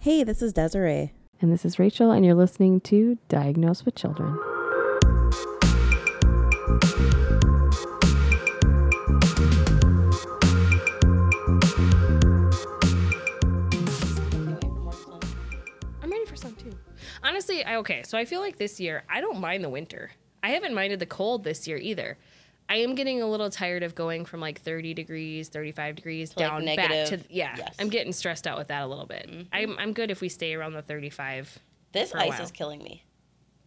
Hey, this is Desiree. And this is Rachel, and you're listening to Diagnosed with Children. I'm ready for some too. Honestly, I okay. So I feel like this year I don't mind the winter. I haven't minded the cold this year either. I am getting a little tired of going from like 30 degrees, 35 degrees like, down back to negative. yeah. Yes. Mm-hmm. I'm getting stressed out with that a little bit. I'm I'm good if we stay around the 35. This For a ice while. is killing me.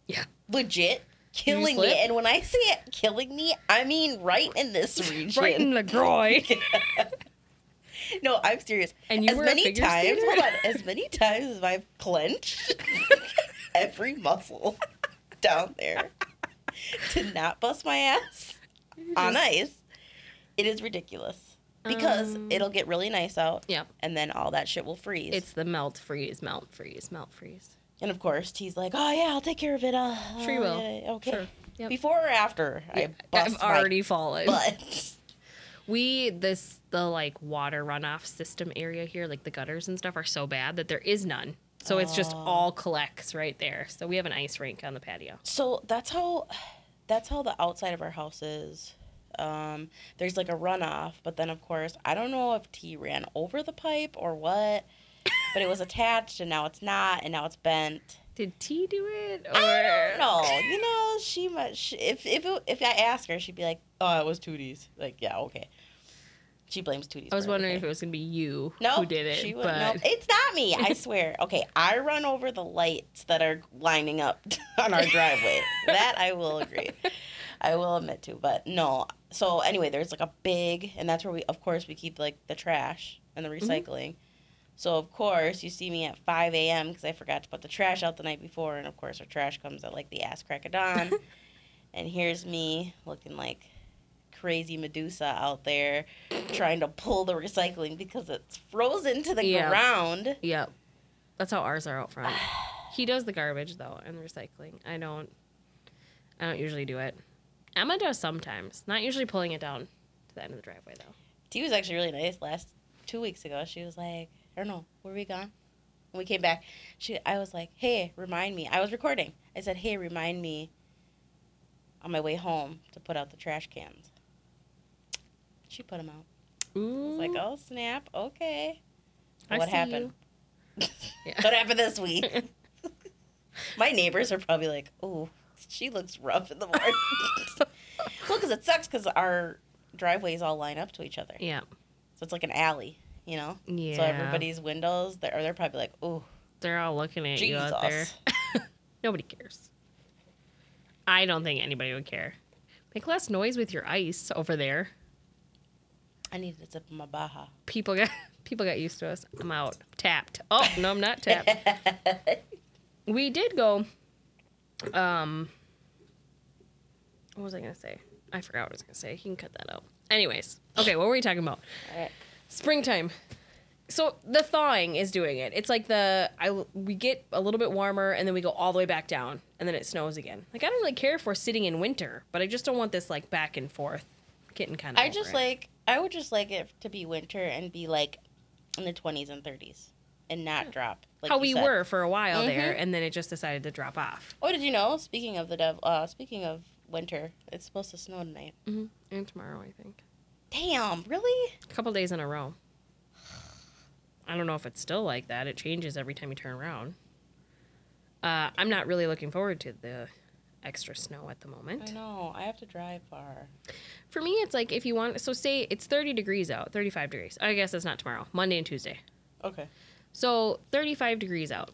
Yeah. Legit killing me. slip? And when I say it killing me, I mean right in this region. Right in the groin. No, I'm serious. And you as were a many figure times, skater? hold on, as many times as I've clenched every muscle down there to not bust my ass on ice, it is ridiculous. Because Um, it'll get really nice out, yep. and then all that shit will freeze. It's the melt freeze, melt freeze, melt freeze. and of course, he's like, "Oh yeah, I'll take care of it." Uh, Free uh, will. yeah, okay. Sure. Yep. Before or after, I bust I've already fallen. my butt. we this the like water runoff system area here like the gutters and stuff are so bad that there is none so it's Oh. just all collects right there so we have an ice rink on the patio So that's how that's how the outside of our house is. Um, there's like a runoff, but then of course I don't know if T ran over the pipe or what, but it was attached and now it's not and now it's bent. did t do it I or don't know. You know, she much if if it, if I ask her, she'd be like, "Oh, it was Tooties." Like, yeah, okay. She blames Tooties. i was for wondering everything. if it was gonna be you No, who did it She would, but no, it's not me. I swear. Okay, I run over the lights that are lining up on our driveway. that I will agree. I will admit to, but no. So anyway, there's like a big, and that's where we, of course, we keep like the trash and the Mm-hmm. recycling. So of course, you see me at 5 a.m. because I forgot to put the trash out the night before, and of course, our trash comes at like the ass crack of dawn. and here's me looking like crazy Medusa out there trying to pull the recycling because it's frozen to the Yeah. ground. yep that's how ours are out front he does the garbage though and the recycling i don't i don't usually do it emma does sometimes not usually pulling it down to the end of the driveway though T was actually really nice last two weeks ago. She was like, I don't know, were we gone? When we came back, she I was like, Hey, remind me. I was recording. I said, Hey, remind me on my way home to put out the trash cans. She put them out. I Ooh, was like, Oh snap, okay. I what see happened? you. yeah. What happened this week? my neighbors are probably like, "Oh, she looks rough in the morning." well, because it sucks because our driveways all line up to each other, yeah so it's like an alley, you know. yeah So everybody's windows, they're they're probably like, "Oh, They're all looking at you out there. Jesus." Nobody cares. I don't think anybody would care. Make less noise with your ice over there. I needed a sip of my Baja. People got people got used to us. I'm out. Tapped. Oh no, I'm not tapped. we did go. Um. What was I gonna say? I forgot what I was gonna say. You can cut that out. Anyways, okay. What were we talking about? Alright. Springtime. So the thawing is doing it. It's like the I we get a little bit warmer and then we go all the way back down and then it snows again. Like I don't really care if we're sitting in winter, but I just don't want this like back and forth getting kind of. I just like I would just like it to be winter and be like in the twenties and thirties and not drop like how you we said. Mm-hmm. were for a while there, and then it just decided to drop off. Oh, did you know? Speaking of the devil, uh, speaking of winter, it's supposed to snow tonight. Mm-hmm. And tomorrow, I think, Damn, really? a couple days in a row. I don't know if it's still like that. It changes every time you turn around. Uh, I'm not really looking forward to the extra snow at the moment. I know. I have to drive far. For me, it's like if you want, so say it's 30 degrees out, 35 degrees. I guess that's not tomorrow, Monday and Tuesday. Okay. So 35 degrees out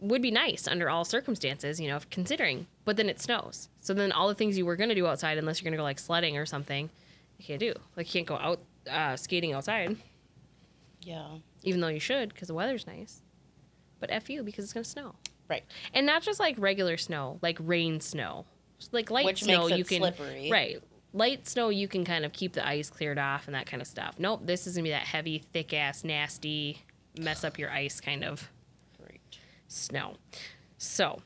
would be nice under all circumstances, you know, if considering, but then it snows. So then all the things you were going to do outside, unless you're going to go like sledding or something, you can't do. Like you can't go out uh, skating outside, Yeah. even though you should because the weather's nice. But F you because it's going to snow. Right. And not just like regular snow, like rain snow. Like light Which snow makes it you can slippery. Right. Light snow, you can kind of keep the ice cleared off and that kind of stuff. Nope, this is gonna be that heavy, thick ass, nasty, mess up your ice kind of Great. snow. So,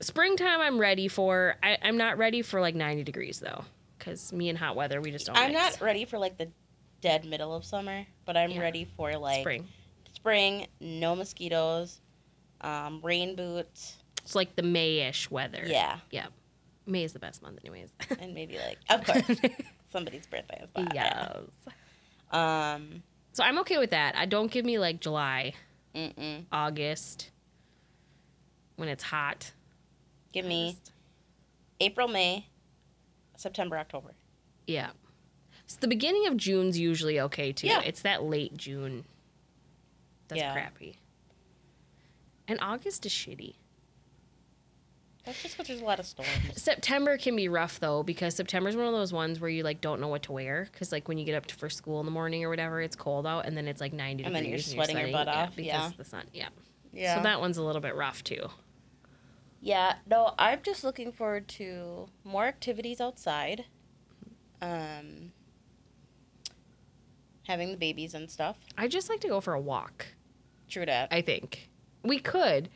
springtime, I'm ready for. I, I'm not ready for like 90 degrees though, because me and hot weather, we just don't. I'm mix. not ready for like the dead middle of summer, but I'm Yeah. ready for like spring. spring, no mosquitoes, um, rain boots, It's like the May-ish weather. yeah, Yeah. May is the best month, anyways. and maybe like of course somebody's birthday is that. yes. yeah. Um. So I'm okay with that. I don't give me like July, Mm-mm. August, when it's hot. Give I me just- April, May, September, October. yeah. So the beginning of June's usually okay too. Yeah. It's that late June. That's Yeah. crappy. And August is shitty. That's just because there's a lot of storms. September can be rough though because September's one of those ones where you like don't know what to wear because like when you get up to, for school in the morning or whatever, it's cold out and then it's like ninety And then you're degrees sweating your butt off, because yeah. the sun. Yeah. So that one's a little bit rough too. Yeah, no, I'm just looking forward to more activities outside. Um, having the babies and stuff. I just like to go for a walk. True that. I think we could,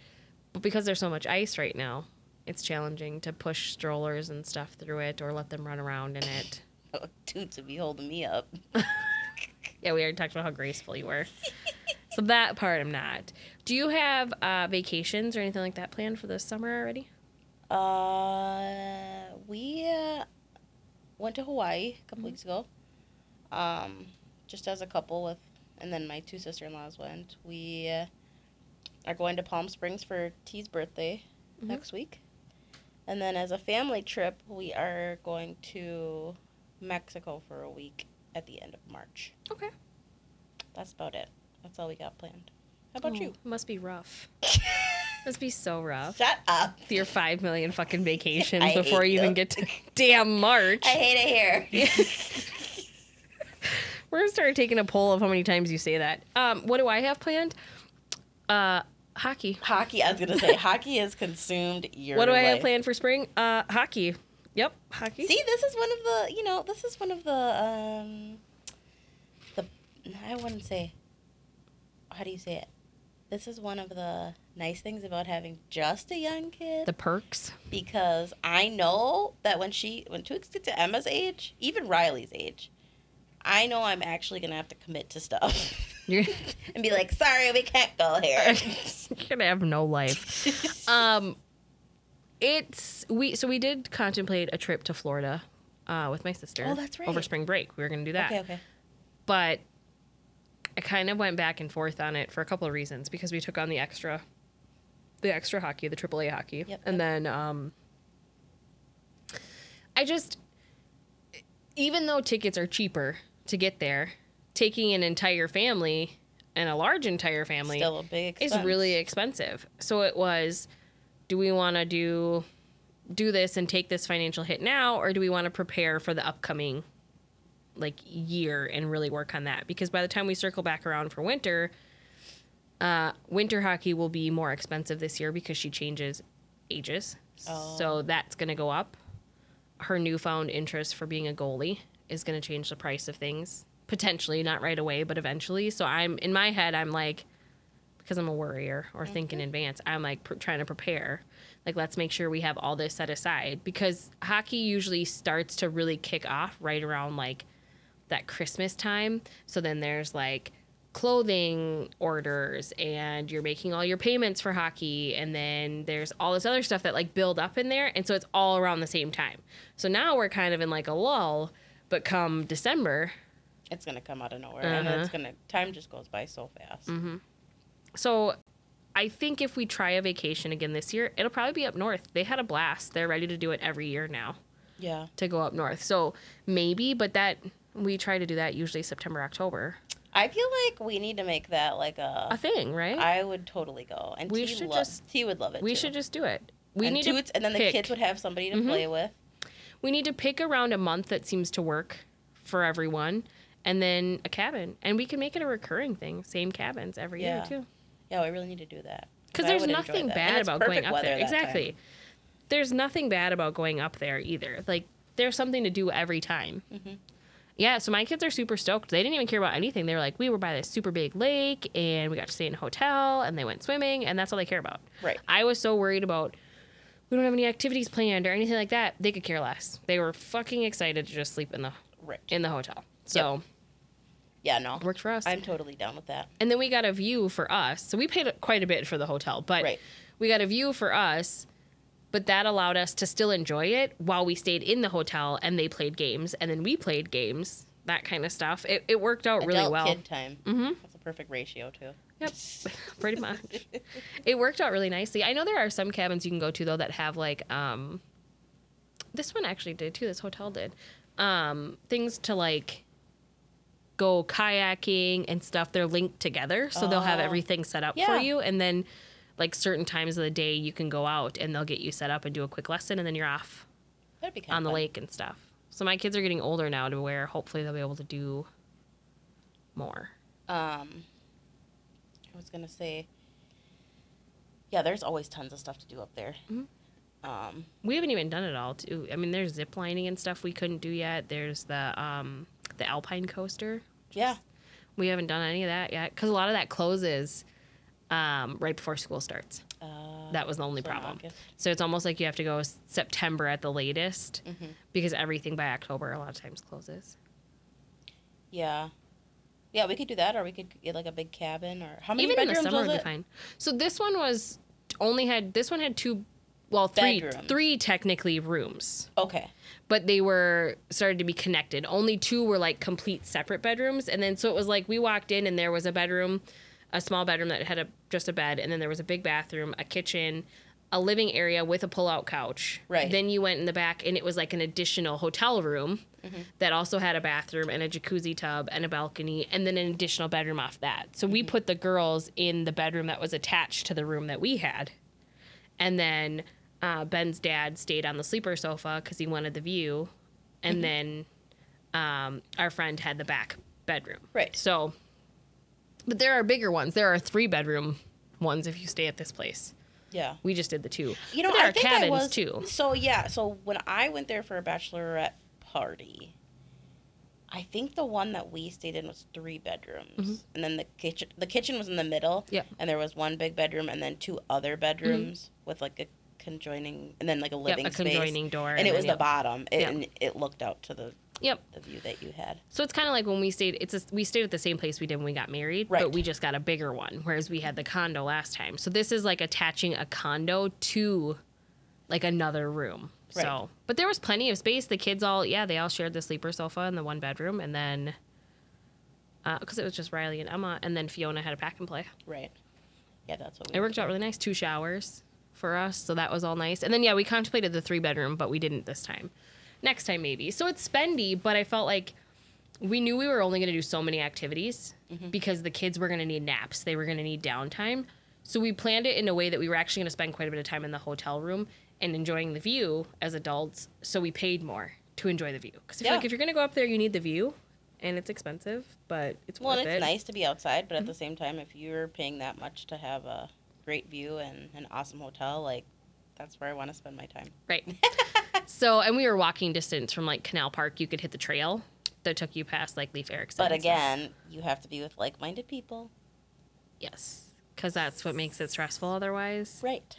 but because there's so much ice right now, it's challenging to push strollers and stuff through it or let them run around in it. Dude, to be holding me up. Yeah, we already talked about how graceful you were. so that part I'm not. Do you have uh, vacations or anything like that planned for the summer already? Uh, we uh, went to Hawaii a Mm-hmm. couple weeks ago. Um, just as a couple with, and then my two sister in laws went. We uh, are going to Palm Springs for T's birthday Mhm. next week, and then as a family trip, we are going to Mexico for a week at the end of March. Okay. That's about it. That's all we got planned. How about Oh, you? Must be rough. must be so rough. Shut up! Your five million fucking vacations I before hate you even you. get to damn March. I hate it here. We're gonna start taking a poll of how many times you say that. Um, what do I have planned? Uh, hockey. Hockey. I was gonna say hockey has consumed your. what do I have life. planned for spring? Uh, hockey. Yep, hockey. See, this is one of the you know this is one of the um the I wouldn't say how do you say it. This is one of the nice things about having just a young kid The perks. because I know that when she when Twix gets to Emma's age, even Riley's age, I know I'm actually gonna have to commit to stuff You're, and be like, sorry, we can't go here. you're gonna have no life. Um, it's we so we did contemplate a trip to Florida, uh, with my sister. Oh, that's Over right. spring break, we were gonna do that. okay, okay. but I kind of went back and forth on it for a couple of reasons because we took on the extra, the extra hockey, the AAA hockey, Yep, and then um, I just, even though tickets are cheaper to get there, taking an entire family and a large entire family Still a big is expense. really expensive. So it was, do we want to do do this and take this financial hit now, or do we want to prepare for the upcoming like year and really work on that? Because by the time we circle back around for winter, uh, winter hockey will be more expensive this year because she changes ages, so that's going to go up. Her newfound interest for being a goalie is going to change the price of things potentially, not right away, but eventually. So I'm in my head, I'm like, because I'm a worrier or think in advance. I'm like pr- trying to prepare. Like, let's make sure we have all this set aside because hockey usually starts to really kick off right around like that Christmas time. So then there's like clothing orders and you're making all your payments for hockey and then there's all this other stuff that like build up in there and so it's all around the same time. So now we're kind of in like a lull, but come December, It's gonna come out of nowhere, and it's Uh-huh. gonna time just goes by so fast. Mm-hmm. So I think if we try a vacation again this year, it'll probably be up north. They had a blast. They're ready to do it every year now Yeah. to go up north. So maybe, but that we try to do that usually September, October. I feel like we need to make that like A a. thing, right? I would totally go, and We T should lo- just- T would love it. we too. should just do it. We and need Toots- to and then the pick, Mm-hmm. kids would have somebody to play with. We need to pick around a month that seems to work for everyone and then a cabin. And we can make it a recurring thing, same cabins every Yeah. year too. Yeah, we really need to do that because I there's would enjoy nothing that. And bad it's about going perfect up there weather that time. exactly there's nothing bad about going up there either like there's something to do every time Mm-hmm. yeah so my kids are super stoked they didn't even care about anything they were like we were by this super big lake and we got to stay in a hotel and they went swimming and that's all they care about Right. i was so worried about we don't have any activities planned or anything like that they could care less they were fucking excited to just sleep in the Right. in the hotel so Yeah, no. Worked for us. I'm totally down with that. and then we got a view for us. So we paid quite a bit for the hotel, but Right. we got a view for us. But that allowed us to still enjoy it while we stayed in the hotel and they played games and then we played games, that kind of stuff. It, it worked out really Adult well. kid time. Mm-hmm. That's a perfect ratio too. Yep, pretty much. it worked out really nicely. I know there are some cabins you can go to though that have like um, this one actually did too. This hotel did um, things to like go kayaking and stuff. They're linked together, so they'll have Oh. everything set up for Yeah. you, and then like certain times of the day you can go out and they'll get you set up and do a quick lesson, and then you're off That'd be kind on the lake and stuff. So my kids are getting older now to where hopefully they'll be able to do more. Um, I was gonna say, yeah, there's always tons of stuff to do up there. Mm-hmm. Um, we haven't even done it all too i mean there's zip lining and stuff we couldn't do yet there's the um the alpine coaster yeah, we haven't done any of that yet because a lot of that closes um, right before school starts uh, that was the only so in problem August. so it's almost like you have to go s- september at the latest Mm-hmm. because everything by october a lot of times closes yeah, yeah. We could do that, or we could get like a big cabin, or how many even in the bedrooms summer was would be it? fine so this one was only had this one had two well three Bedrooms. three technically rooms Okay, but they were started to be connected. Only two were like complete separate bedrooms, and then so it was like we walked in and there was a bedroom, a small bedroom that had a just a bed, and then there was a big bathroom, a kitchen, a living area with a pull-out couch. Right. Then you went in the back, and it was like an additional hotel room that also had a bathroom and a jacuzzi tub and a balcony, and then an additional bedroom off that. So we put the girls in the bedroom that was attached to the room that we had and then uh, Ben's dad stayed on the sleeper sofa because he wanted the view, and Mm-hmm. then um, our friend had the back bedroom. Right. So, but there are bigger ones. There are three bedroom ones if you stay at this place. yeah. We just did the two. You know, But there I are think cabins I was too. So yeah, so when I went there for a bachelorette party, I think the one that we stayed in was three bedrooms, Mm-hmm. and then the kitchen. The kitchen was in the middle. Yep. And there was one big bedroom, and then two other bedrooms with like a conjoining, and then like a living Mm-hmm. a space. conjoining door, and, and it then, was yep. the bottom, it, Yep. and it looked out to the Yep. the view that you had. So it's kind of like when we stayed. It's a, we stayed at the same place we did when we got married, Right. but we just got a bigger one, whereas we had the condo last time. So this is like attaching a condo to like another room. Right. So, but there was plenty of space. The kids all, yeah, they all shared the sleeper sofa in the one bedroom, and then because it was just Riley and Emma, and then Fiona had a pack and play. Right. Yeah, that's what we. It worked out really nice. Two showers for us, so that was all nice. And then yeah, we contemplated the three bedroom, but we didn't this time. Next time maybe. So it's spendy, but I felt like we knew we were only going to do so many activities Mm-hmm. because the kids were going to need naps. They were going to need downtime. So we planned it in a way that we were actually going to spend quite a bit of time in the hotel room and enjoying the view as adults. So we paid more to enjoy the view because I feel Yeah. like if you're going to go up there, you need the view, and it's expensive, but it's Well, worth and it's it. Mm-hmm. nice to be outside, but at the same time, if you're paying that much to have a great view and an awesome hotel, like that's where I want to spend my time. Right. so, and we were walking distance from like Canal Park. You could hit the trail that took you past like Leaf Erickson. But and stuff. again, you have to be with like-minded people. yes, because that's what makes it stressful otherwise. Right.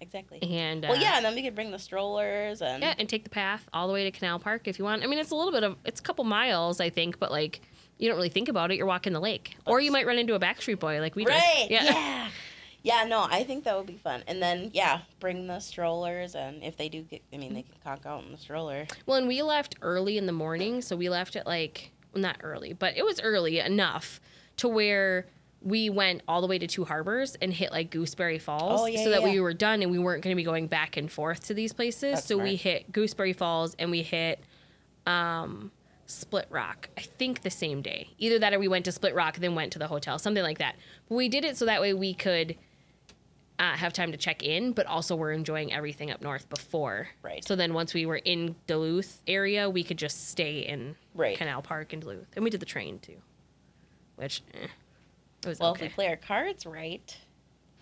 Exactly. And uh, Well, yeah, and then we could bring the strollers and yeah, and take the path all the way to Canal Park if you want. I mean, it's a little bit of it's a couple miles, I think, but like you don't really think about it. You're walking the lake, or you might run into a Backstreet Boy like we right. did. Yeah. yeah. no, I think that would be fun. And then, yeah, bring the strollers, and if they do get, I mean, they Mm-hmm. can conk out in the stroller. Well, and we left early in the morning, so we left at like well, not early, but it was early enough to where we went all the way to Two Harbors and hit like Gooseberry Falls, Oh, yeah, so that yeah, we yeah. were done and we weren't going to be going back and forth to these places. That's so we smart. hit Gooseberry Falls and we hit um, Split Rock. I think the same day, either that or we went to Split Rock and then went to the hotel, something like that. But we did it so that way we could uh, have time to check in, but also we're enjoying everything up north before. Right. So then once we were in Duluth area, we could just stay in Right. Canal Park in Duluth, and we did the train too, which eh, it was Well, okay. if we play our cards right,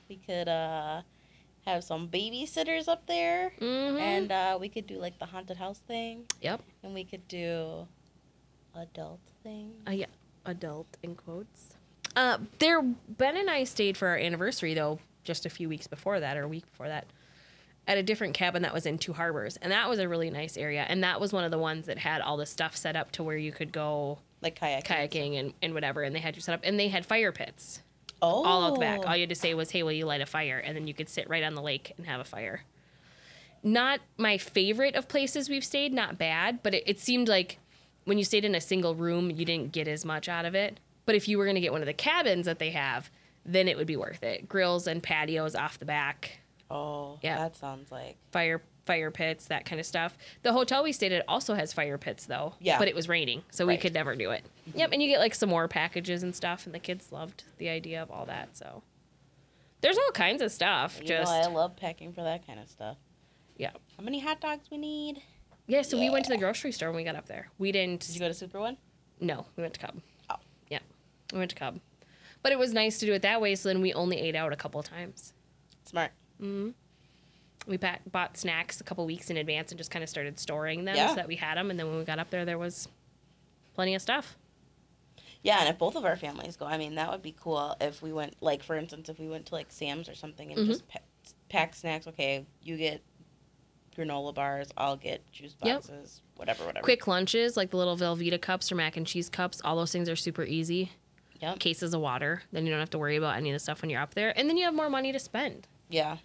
we could uh, have some babysitters up there, Mhm. and uh, we could do like the haunted house thing, yep. and we could do adult thing. Uh, yeah. Adult in quotes. Uh, there. Ben and I stayed for our anniversary though, just a few weeks before that, or a week before that, at a different cabin that was in Two Harbors, and that was a really nice area, and that was one of the ones that had all the stuff set up to where you could go like kayaking. kayaking and, and whatever, and they had you set up, and they had fire pits Oh, all out the back. All you had to say was, "Hey, will you light a fire?" And then you could sit right on the lake and have a fire. Not my favorite of places we've stayed, not bad, but it, it seemed like when you stayed in a single room, you didn't get as much out of it. But if you were going to get one of the cabins that they have, then it would be worth it. Grills and patios off the back, Oh, Yeah. That sounds like fire fire pits, that kind of stuff. The hotel we stayed at also has fire pits though. Yeah. But it was raining, so we Right. Mm-hmm. could never do it. Yep, and you get like some more packages and stuff, and the kids loved the idea of all that. So there's all kinds of stuff. you just know I love packing for that kind of stuff. yeah. How many hot dogs we need? Yeah, so we went to the grocery store when we got up there. We didn't Did you go to Super One? no, we went to Cub. Oh. Yeah. We went to Cub. But it was nice to do it that way, so then we only ate out a couple times. Smart. We pa- bought snacks a couple weeks in advance and just kind of started storing them Yeah. so that we had them. And then when we got up there, there was plenty of stuff. Yeah, and if both of our families go, I mean, that would be cool if we went, like, for instance, if we went to, like, Sam's or something and just Mm-hmm. pa- pack snacks. Okay, you get granola bars, I'll get juice Yep. boxes, whatever, whatever. quick lunches like the little Velveeta cups or mac and cheese cups. All those things are super easy. Yep. Cases of water. Then you don't have to worry about any of the stuff when you're up there, and then you have more money to spend. Yeah.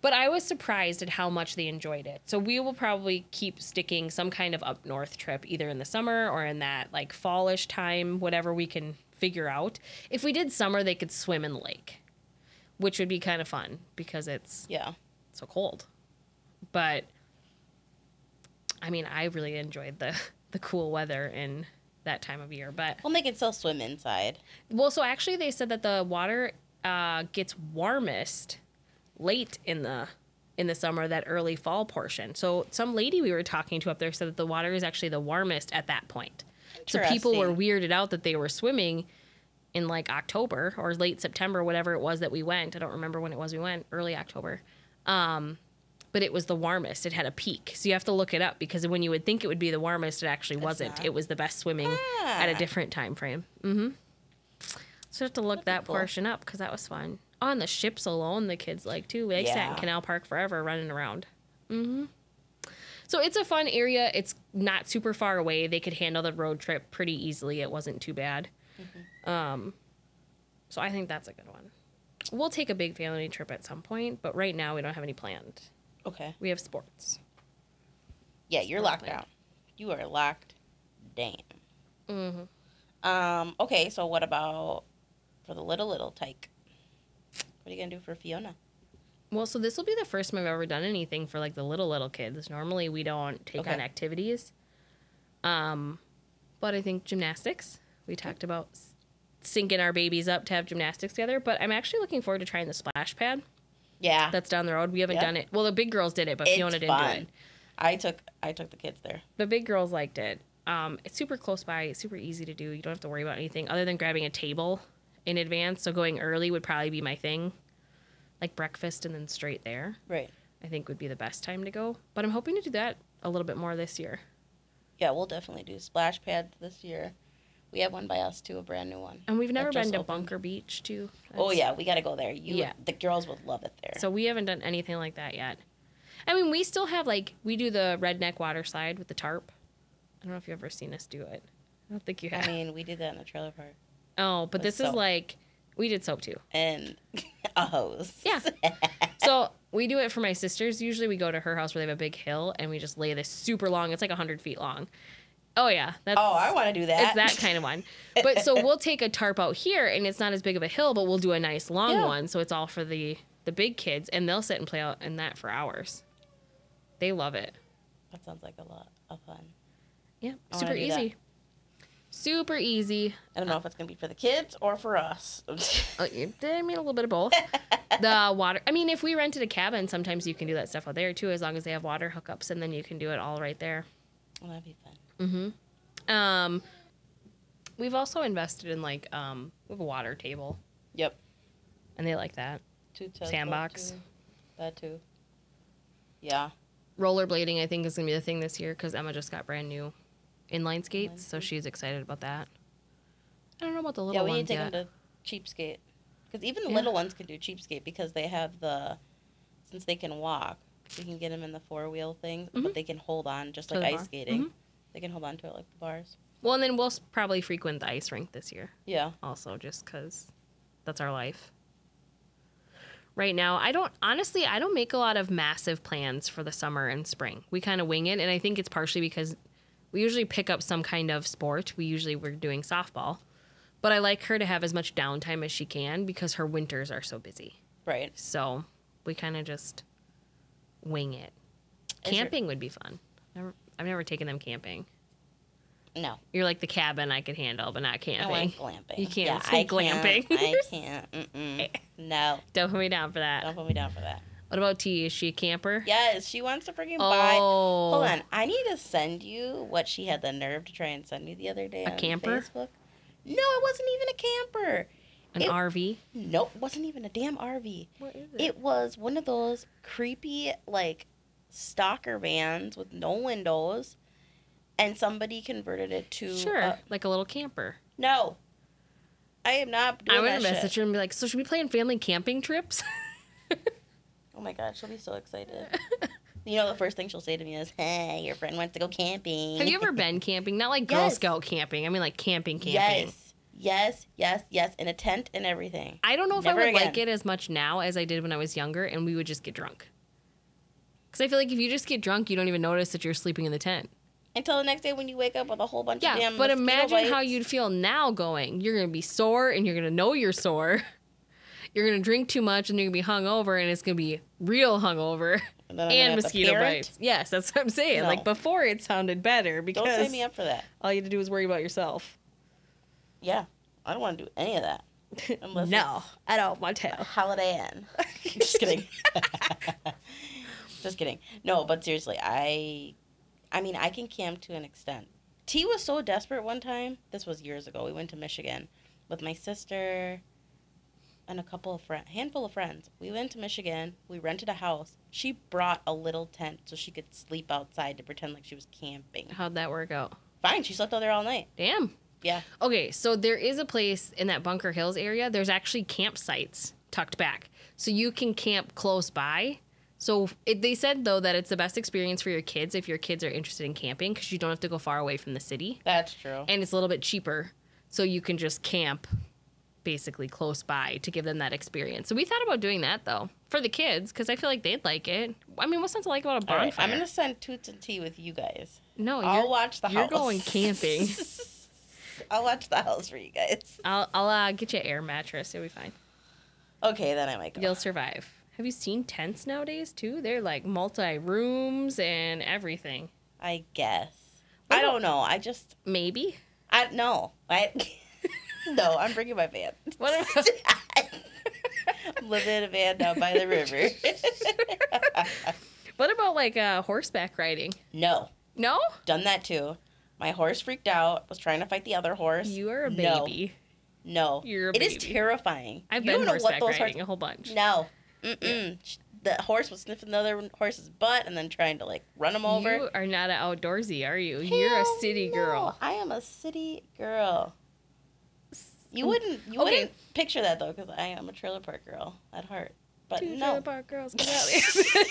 But I was surprised at how much they enjoyed it. So we will probably keep sticking some kind of up north trip either in the summer or in that like fallish time, whatever we can figure out. If we did summer, they could swim in the lake, which would be kind of fun because it's Yeah. so cold. But I mean, I really enjoyed the the cool weather in that time of year. But Well, they can still swim inside. well, so actually, they said that the water uh, gets warmest late in the in the summer, that early fall portion. So some lady we were talking to up there said that the water is actually the warmest at that point. So people were weirded out that they were swimming in like October or late September, whatever it was that we went. I don't remember when it was we went, early October. Um, but it was the warmest. It had a peak. So you have to look it up because when you would think it would be the warmest, it actually wasn't. not. It was the best swimming at a Ah. different time frame. hmm So you have to look that cool. portion up because that was fun. On the ships alone, the kids like too. They sat in Yeah. Canal Park forever running around. Mm-hmm. So it's a fun area. It's not super far away. They could handle the road trip pretty easily. It wasn't too bad. Mm-hmm. Um, so I think that's a good one. We'll take a big family trip at some point, but right now we don't have any planned. Okay. We have sports. Yeah, you're Smart locked plan. down. You are locked down. Mm-hmm. Um, okay, so what about for the little, little tyke? What are you going to do for Fiona? Well, so this will be the first time I've ever done anything for like the little little kids. Normally we don't take on Okay. activities. Um, but I think gymnastics. We talked about s- syncing our babies up to have gymnastics together. But I'm actually looking forward to trying the splash pad. Yeah. that's down the road. We haven't Yeah. done it. Well, the big girls did it, but It's Fiona didn't fun. do it. I took I took the kids there. The big girls liked it. Um, it's super close by. It's super easy to do. You don't have to worry about anything other than grabbing a table in advance. So going early would probably be my thing, like breakfast and then straight there. Right. I think would be the best time to go. But I'm hoping to do that a little bit more this year. Yeah, we'll definitely do splash pads this year. We have one by us too, a brand new one. And we've never just been to opened. Bunker Beach too. oh That's- yeah, we got to go there. You, Yeah. the girls would love it there. So we haven't done anything like that yet. I mean, we still have like we do the redneck water slide with the tarp. I don't know if you've ever seen us do it. I don't think you have. I mean, we did that in a trailer park Oh, but With this is soap. like we did soap too. and a hose. Yeah. So we do it for my sisters. Usually we go to her house where they have a big hill and we just lay this super long. It's like hundred feet long. Oh yeah, that's oh, I want to do that. it's that kind of one. But so we'll take a tarp out here and it's not as big of a hill, but we'll do a nice long Yeah. one. So it's all for the the big kids and they'll sit and play out in that for hours. They love it. That sounds like a lot of fun. Yeah, Oh, I wanna super do that. easy. Super easy. I don't know if it's gonna be for the kids or for us. Uh, I mean, a little bit of both. the water. I mean, if we rented a cabin, sometimes you can do that stuff out there too, as long as they have water hookups, and then you can do it all right there. Well, that'd be fun. Um, we've also invested in like um, we have a water table, Yep. and they like that. Two tubs, Sandbox. That too. That too. Yeah. Rollerblading, I think, is gonna be the thing this year because Emma just got brand new inline skates, so she's excited about that. I don't know about the little yeah, we ones need to yet. take them to cheapskate. Because even the Yeah. little ones can do cheapskate because they have the, since they can walk, we can get them in the four wheel thing, but they can hold on just Mm-hmm. To like the ice bar. Mm-hmm. skating. They can hold on to it like the bars. Well, and then we'll s- probably frequent the ice rink this year Yeah. also, just because that's our life. Right now, I don't honestly, I don't make a lot of massive plans for the summer and spring. We kind of wing it, and I think it's partially because we usually pick up some kind of sport. We usually we're doing softball, but I like her to have as much downtime as she can because her winters are so busy. Right. So we kind of just wing it. Is your- Camping would be fun. Never, I've never taken them camping. No. You're like the cabin I could handle, but not Oh, I camping. want glamping. You can't Yeah, say I glamping. I can't. Mm-mm. No. Don't put me down for that. Don't put me down for that. What about T? Is she a camper? Yes, she wants to freaking buy. Oh, Hold on, I need to send you what she had the nerve to try and send me the other day. A on camper? Facebook. No, it wasn't even a camper. an It- RV. Nope, wasn't even a damn RV. What is It was one of those creepy like stalker vans with no windows, and somebody converted it to. sure, a- like a little camper. no, I am not doing I'm gonna that shit. message her and be like, "So should we plan family camping trips?" Oh my god, she'll be so excited. you know, the first thing she'll say to me is, "Hey, your friend wants to go camping." Have you ever been camping? Not like Girl Yes. Scout camping. I mean, like camping camping. Yes, yes, yes, yes, in a tent and everything. I don't know if I Never would again. like it as much now as I did when I was younger, and we would just get drunk. Because I feel like if you just get drunk, you don't even notice that you're sleeping in the tent. Until the next day when you wake up with a whole bunch Yeah, of damn. but mosquito imagine how bites. you'd feel now going. You're gonna be sore, and you're gonna know you're sore. You're gonna drink too much, and you're gonna be hungover, and it's gonna be real hungover And, then I'm gonna and have to mosquito parent? bites. Yes, that's what I'm saying. No. Like before, it sounded better Don't because sign me up for that. all you had to do was worry about yourself. Yeah, I don't want to do any of that. Unless no, it's I don't want a to. Holiday Inn. Just kidding. Just kidding. No, but seriously, I, I mean, I can camp to an extent. T was so desperate one time. This was years ago. We went to Michigan with my sister and a couple of friend, handful of friends. We went to Michigan. We rented a house. She brought a little tent so she could sleep outside to pretend like she was camping. How'd that work out? Fine, she slept out there all night. Damn. Yeah. Okay, so there is a place in that Bunker Hills area. There's actually campsites tucked back, so you can camp close by. So it, they said though that it's the best experience for your kids if your kids are interested in camping because you don't have to go far away from the city That's true. and it's a little bit cheaper, so you can just camp basically close by to give them that experience. So we thought about doing that though for the kids because I feel like they'd like it. I mean, what's not to like about a All bonfire? right, I'm gonna send Toots and Tea with you guys. No, I'll you're, watch the you're house. going camping. I'll watch the house for you guys. I'll I'll uh, get you an air mattress. You'll be fine. Okay, then I might go. You'll survive. Have you seen tents nowadays too? They're like multi rooms and everything. I guess. What I about- don't know. I just Maybe. I no. I no. I'm bringing my van. What about, I'm living in a van down by the river. what about like uh, horseback riding? no, No, done that too. My horse freaked out. Was trying to fight the other horse. you are a No. baby. No, You're a It is baby. terrifying. I've you been don't know what horseback those riding horses a whole bunch. No. Mm-mm. Sh The horse was sniffing the other horse's butt and then trying to like run him over. You are not an outdoorsy, are you? You're a Hell city no. girl. I am a city girl. You wouldn't you Mm, Okay. wouldn't picture that though because I am a trailer park girl at heart. But Two no. trailer park girls. get out here.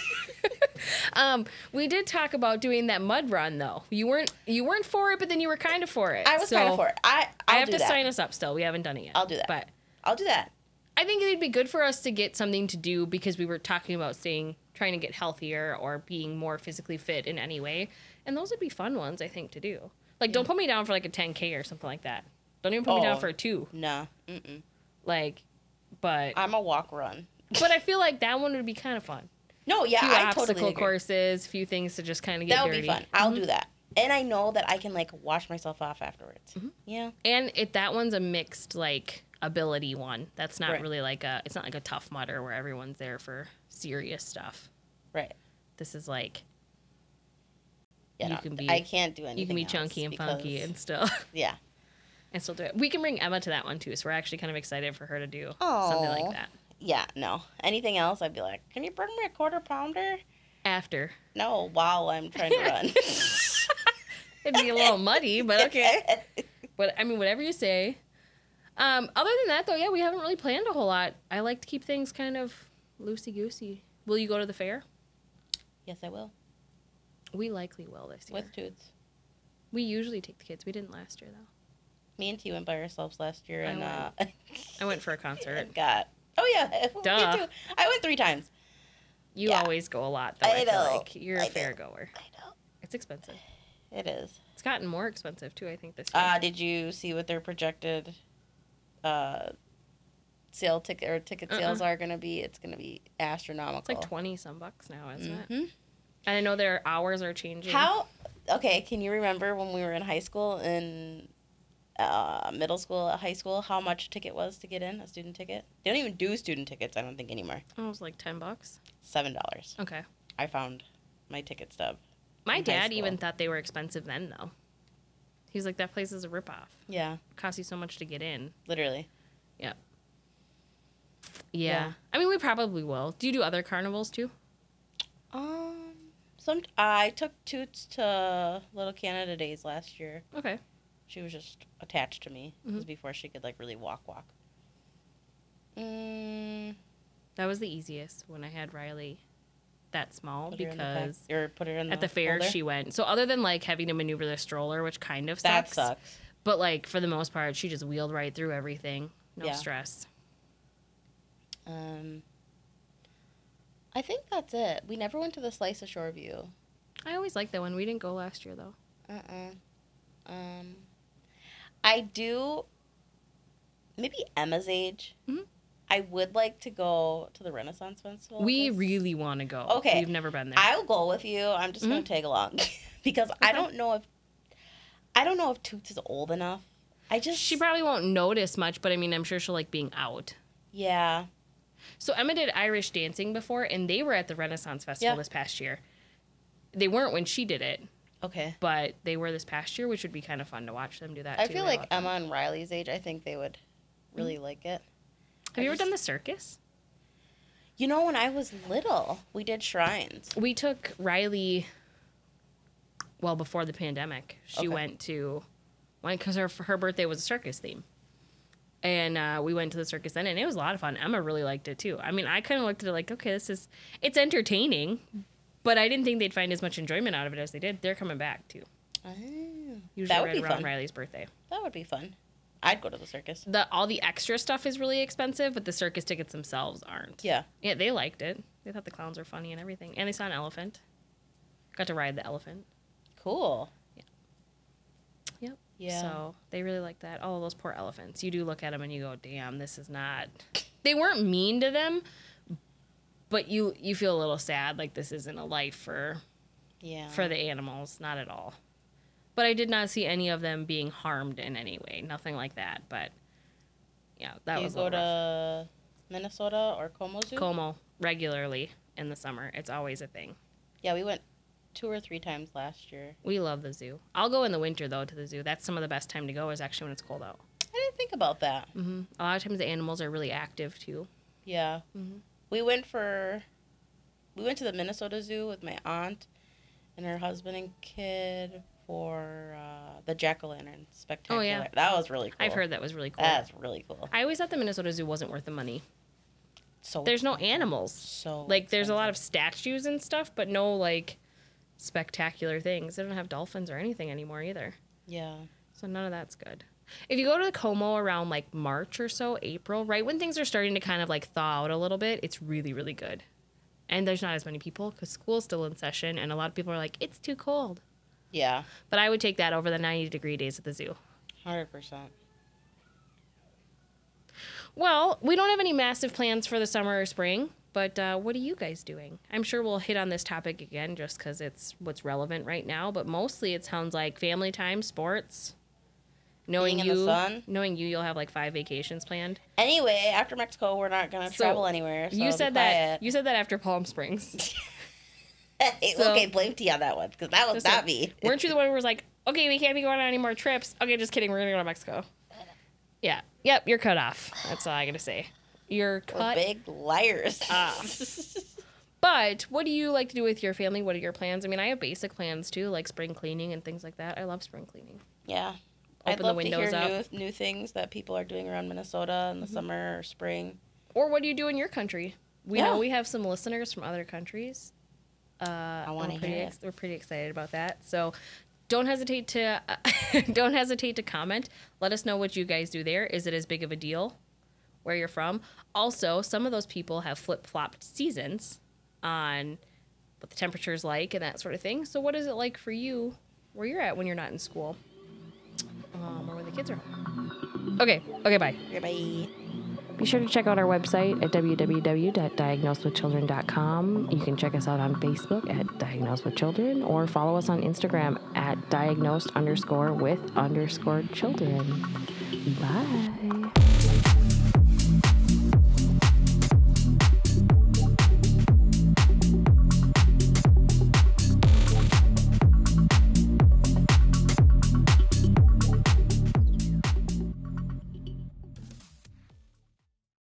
um, we did talk about doing that mud run though. You weren't you weren't for it, but then you were kind of for it. I was So, kind of for it. I I'll I have do to that. sign us up still. We haven't done it yet. I'll do that. But I'll do that. I think it'd be good for us to get something to do because we were talking about staying, trying to get healthier or being more physically fit in any way. And those would be fun ones, I think, to do. Like, don't put me down for like a 10K or something like that. Don't even put me down Oh. for a two. No. Mm. Mm-mm. Like, but I'm a walk run. but I feel like that one would be kind of fun. No, yeah, Few I obstacle totally agree. courses, few things to just kind of get That would dirty. Mm-hmm. be fun. I'll do that. And I know that I can like wash myself off afterwards. Mm-hmm. Yeah. And it that one's a mixed like ability one. That's not Right. really like a. It's not like a tough mudder where everyone's there for serious stuff. Right. This is like Yeah, You no, can be- I can't do anything. you can be else chunky and funky because- and still yeah. and still do it. We can bring Emma to that one too, so we're actually kind of excited for her to do something Aw. like that Yeah, no. Anything else, I'd be like, can you bring me a quarter pounder? after. No, while I'm trying to run. It'd be a little muddy, but okay. But I mean, whatever you say. Um, other than that, though, yeah, we haven't really planned a whole lot. I like to keep things kind of loosey goosey. Will you go to the fair? yes, I will. We likely will this year. With toots. We usually take the kids. We didn't last year though. Me and T went by ourselves last year, I and uh, I went for a concert. and got. Oh yeah, me Duh. too. I went three times. You Yeah. always go a lot though. I I, feel know. like you're a I fair goer. I know It's expensive. it is. It's gotten more expensive too. I think this year. Uh, did you see what their projected uh, sale ticket or ticket sales are gonna be? It's gonna be astronomical. it's like twenty some bucks now, isn't it? Mhm. And I know their hours are changing. How? Okay, can you remember when we were in high school and uh, middle school, high school, how much a ticket was to get in a student ticket? They don't even do student tickets, I don't think anymore. Oh, it was like ten bucks. Seven dollars. Okay. I found my ticket stub. My In high dad even school. thought they were expensive then though. He was like, "That place is a ripoff. Yeah, It costs you so much to get in." literally. Yep. Yeah. Yeah. I mean, we probably will. Do you do other carnivals too? Um, some I took Toots to Little Canada Days last year. Okay. She was just attached to me. It was before she could like really walk, walk. Mm, That was the easiest when I had Riley that small put her in the pack- because or put her in at the fair holder. she went. So other than like having to maneuver the stroller, which kind of that sucks, sucks. but like for the most part, she just wheeled right through everything. No Yeah. stress. Um, I think that's it. We never went to the Slice of Shore View. I always like that one. We didn't go last year though. Uh-uh. Um, I do. Maybe Emma's age. Mhm. I would like to go to the Renaissance Festival. we this- really want to go. Okay. We've never been there. I'll go with you. I'm just gonna tag along because I Mm-hmm. Okay. don't know if I don't know if Toots is old enough. I just she probably won't notice much, but I mean, I'm sure she'll like being out. yeah. So Emma did Irish dancing before, and they were at the Renaissance Festival Yeah. this past year. They weren't when she did it, Okay. but they were this past year, which would be kind of fun to watch them do that. Mm-hmm. I too. feel I like love them. Emma and Riley's age. I think they would really like it. Have I you ever just- done the circus? You know, when I was little, we did shrines. we took Riley. Well, before the pandemic, she Okay. went to one because her her birthday was a circus theme, and uh, we went to the circus then, and it was a lot of fun. Emma really liked it too. I mean, I kind of looked at it like, okay, this is it's entertaining, but I didn't think they'd find as much enjoyment out of it as they did. They're coming back too, Oh, usually that would right be around fun. Riley's birthday. That would be fun. I'd go to the circus. The all the extra stuff is really expensive, but the circus tickets themselves aren't. Yeah. yeah, they liked it. They thought the clowns were funny and everything, and they saw an elephant. Got to ride the elephant. Cool. Yep. Yeah. So they really like that. All those poor elephants. You do look at them and you go, "Damn, this is not." They weren't mean to them, but you you feel a little sad. Like this isn't a life for Yeah. for the animals, not at all. But I did not see any of them being harmed in any way. Nothing like that. But yeah, that you was a go little rough. to Minnesota or Como Zoo? Como regularly in the summer. It's always a thing. yeah, we went two or three times last year. We love the zoo. I'll go in the winter though to the zoo. That's some of the best time to go is actually when it's cold out. I didn't think about that. hmm A lot of times the animals are really active too. Yeah. Mhm. We went for we went to the Minnesota Zoo with my aunt and her husband and kid for uh, the jack o' lantern spectacular. That was really cool. Oh, I've heard that was really cool. That's really cool. I always thought the Minnesota Zoo wasn't worth the money. So There's no animals. so Like there's a lot of statues and stuff, but no like spectacular things. They don't have dolphins or anything anymore either. yeah. So none of that's good. If you go to the Como around like March or so, April, right when things are starting to kind of like thaw out a little bit, it's really really good. And there's not as many people because school's still in session, and a lot of people are like, "It's too cold." Yeah. But I would take that over the 90 degree days at the zoo. 100%. Well, we don't have any massive plans for the summer or spring, but uh, what are you guys doing? I'm sure we'll hit on this topic again just because it's what's relevant right now, but mostly it sounds like family time, sports. Knowing Being in you, the sun. knowing you, you'll have like five vacations planned. Anyway, after Mexico, we're not going to So, travel anywhere. So you be said that. quiet. You said that after Palm Springs. so- okay, blame T on that one because that was Listen, not me. Weren't you the one who was like, "Okay, we can't be going on any more trips." Okay, just kidding. We're gonna go to Mexico. Yeah. Yep. You're cut off. That's all I gotta say. You're We're cut Ah. big liars. up. But what do you like to do with your family? What are your plans? I mean, I have basic plans too, like spring cleaning and things like that. I love spring cleaning. Yeah. Open I'd the love windows to hear up. Mm-hmm. New, new things that people are doing around Minnesota in the summer or spring. Or what do you do in your country? We Yeah. know we have some listeners from other countries. Uh, I wanna we're pretty hear it. We're pretty excited about that. So don't hesitate to don't hesitate to comment. Let us know what you guys do there. Is it as big of a deal where you're from? Also, some of those people have flip flopped seasons on what the temperature's like and that sort of thing. So, what is it like for you where you're at when you're not in school um, or when the kids are home? Okay. Okay. Bye. Goodbye. Be sure to check out our website at www.diagnosedwithchildren.com. You can check us out on Facebook at Diagnosed with Children or follow us on Instagram at diagnosed underscore with underscore children. Bye.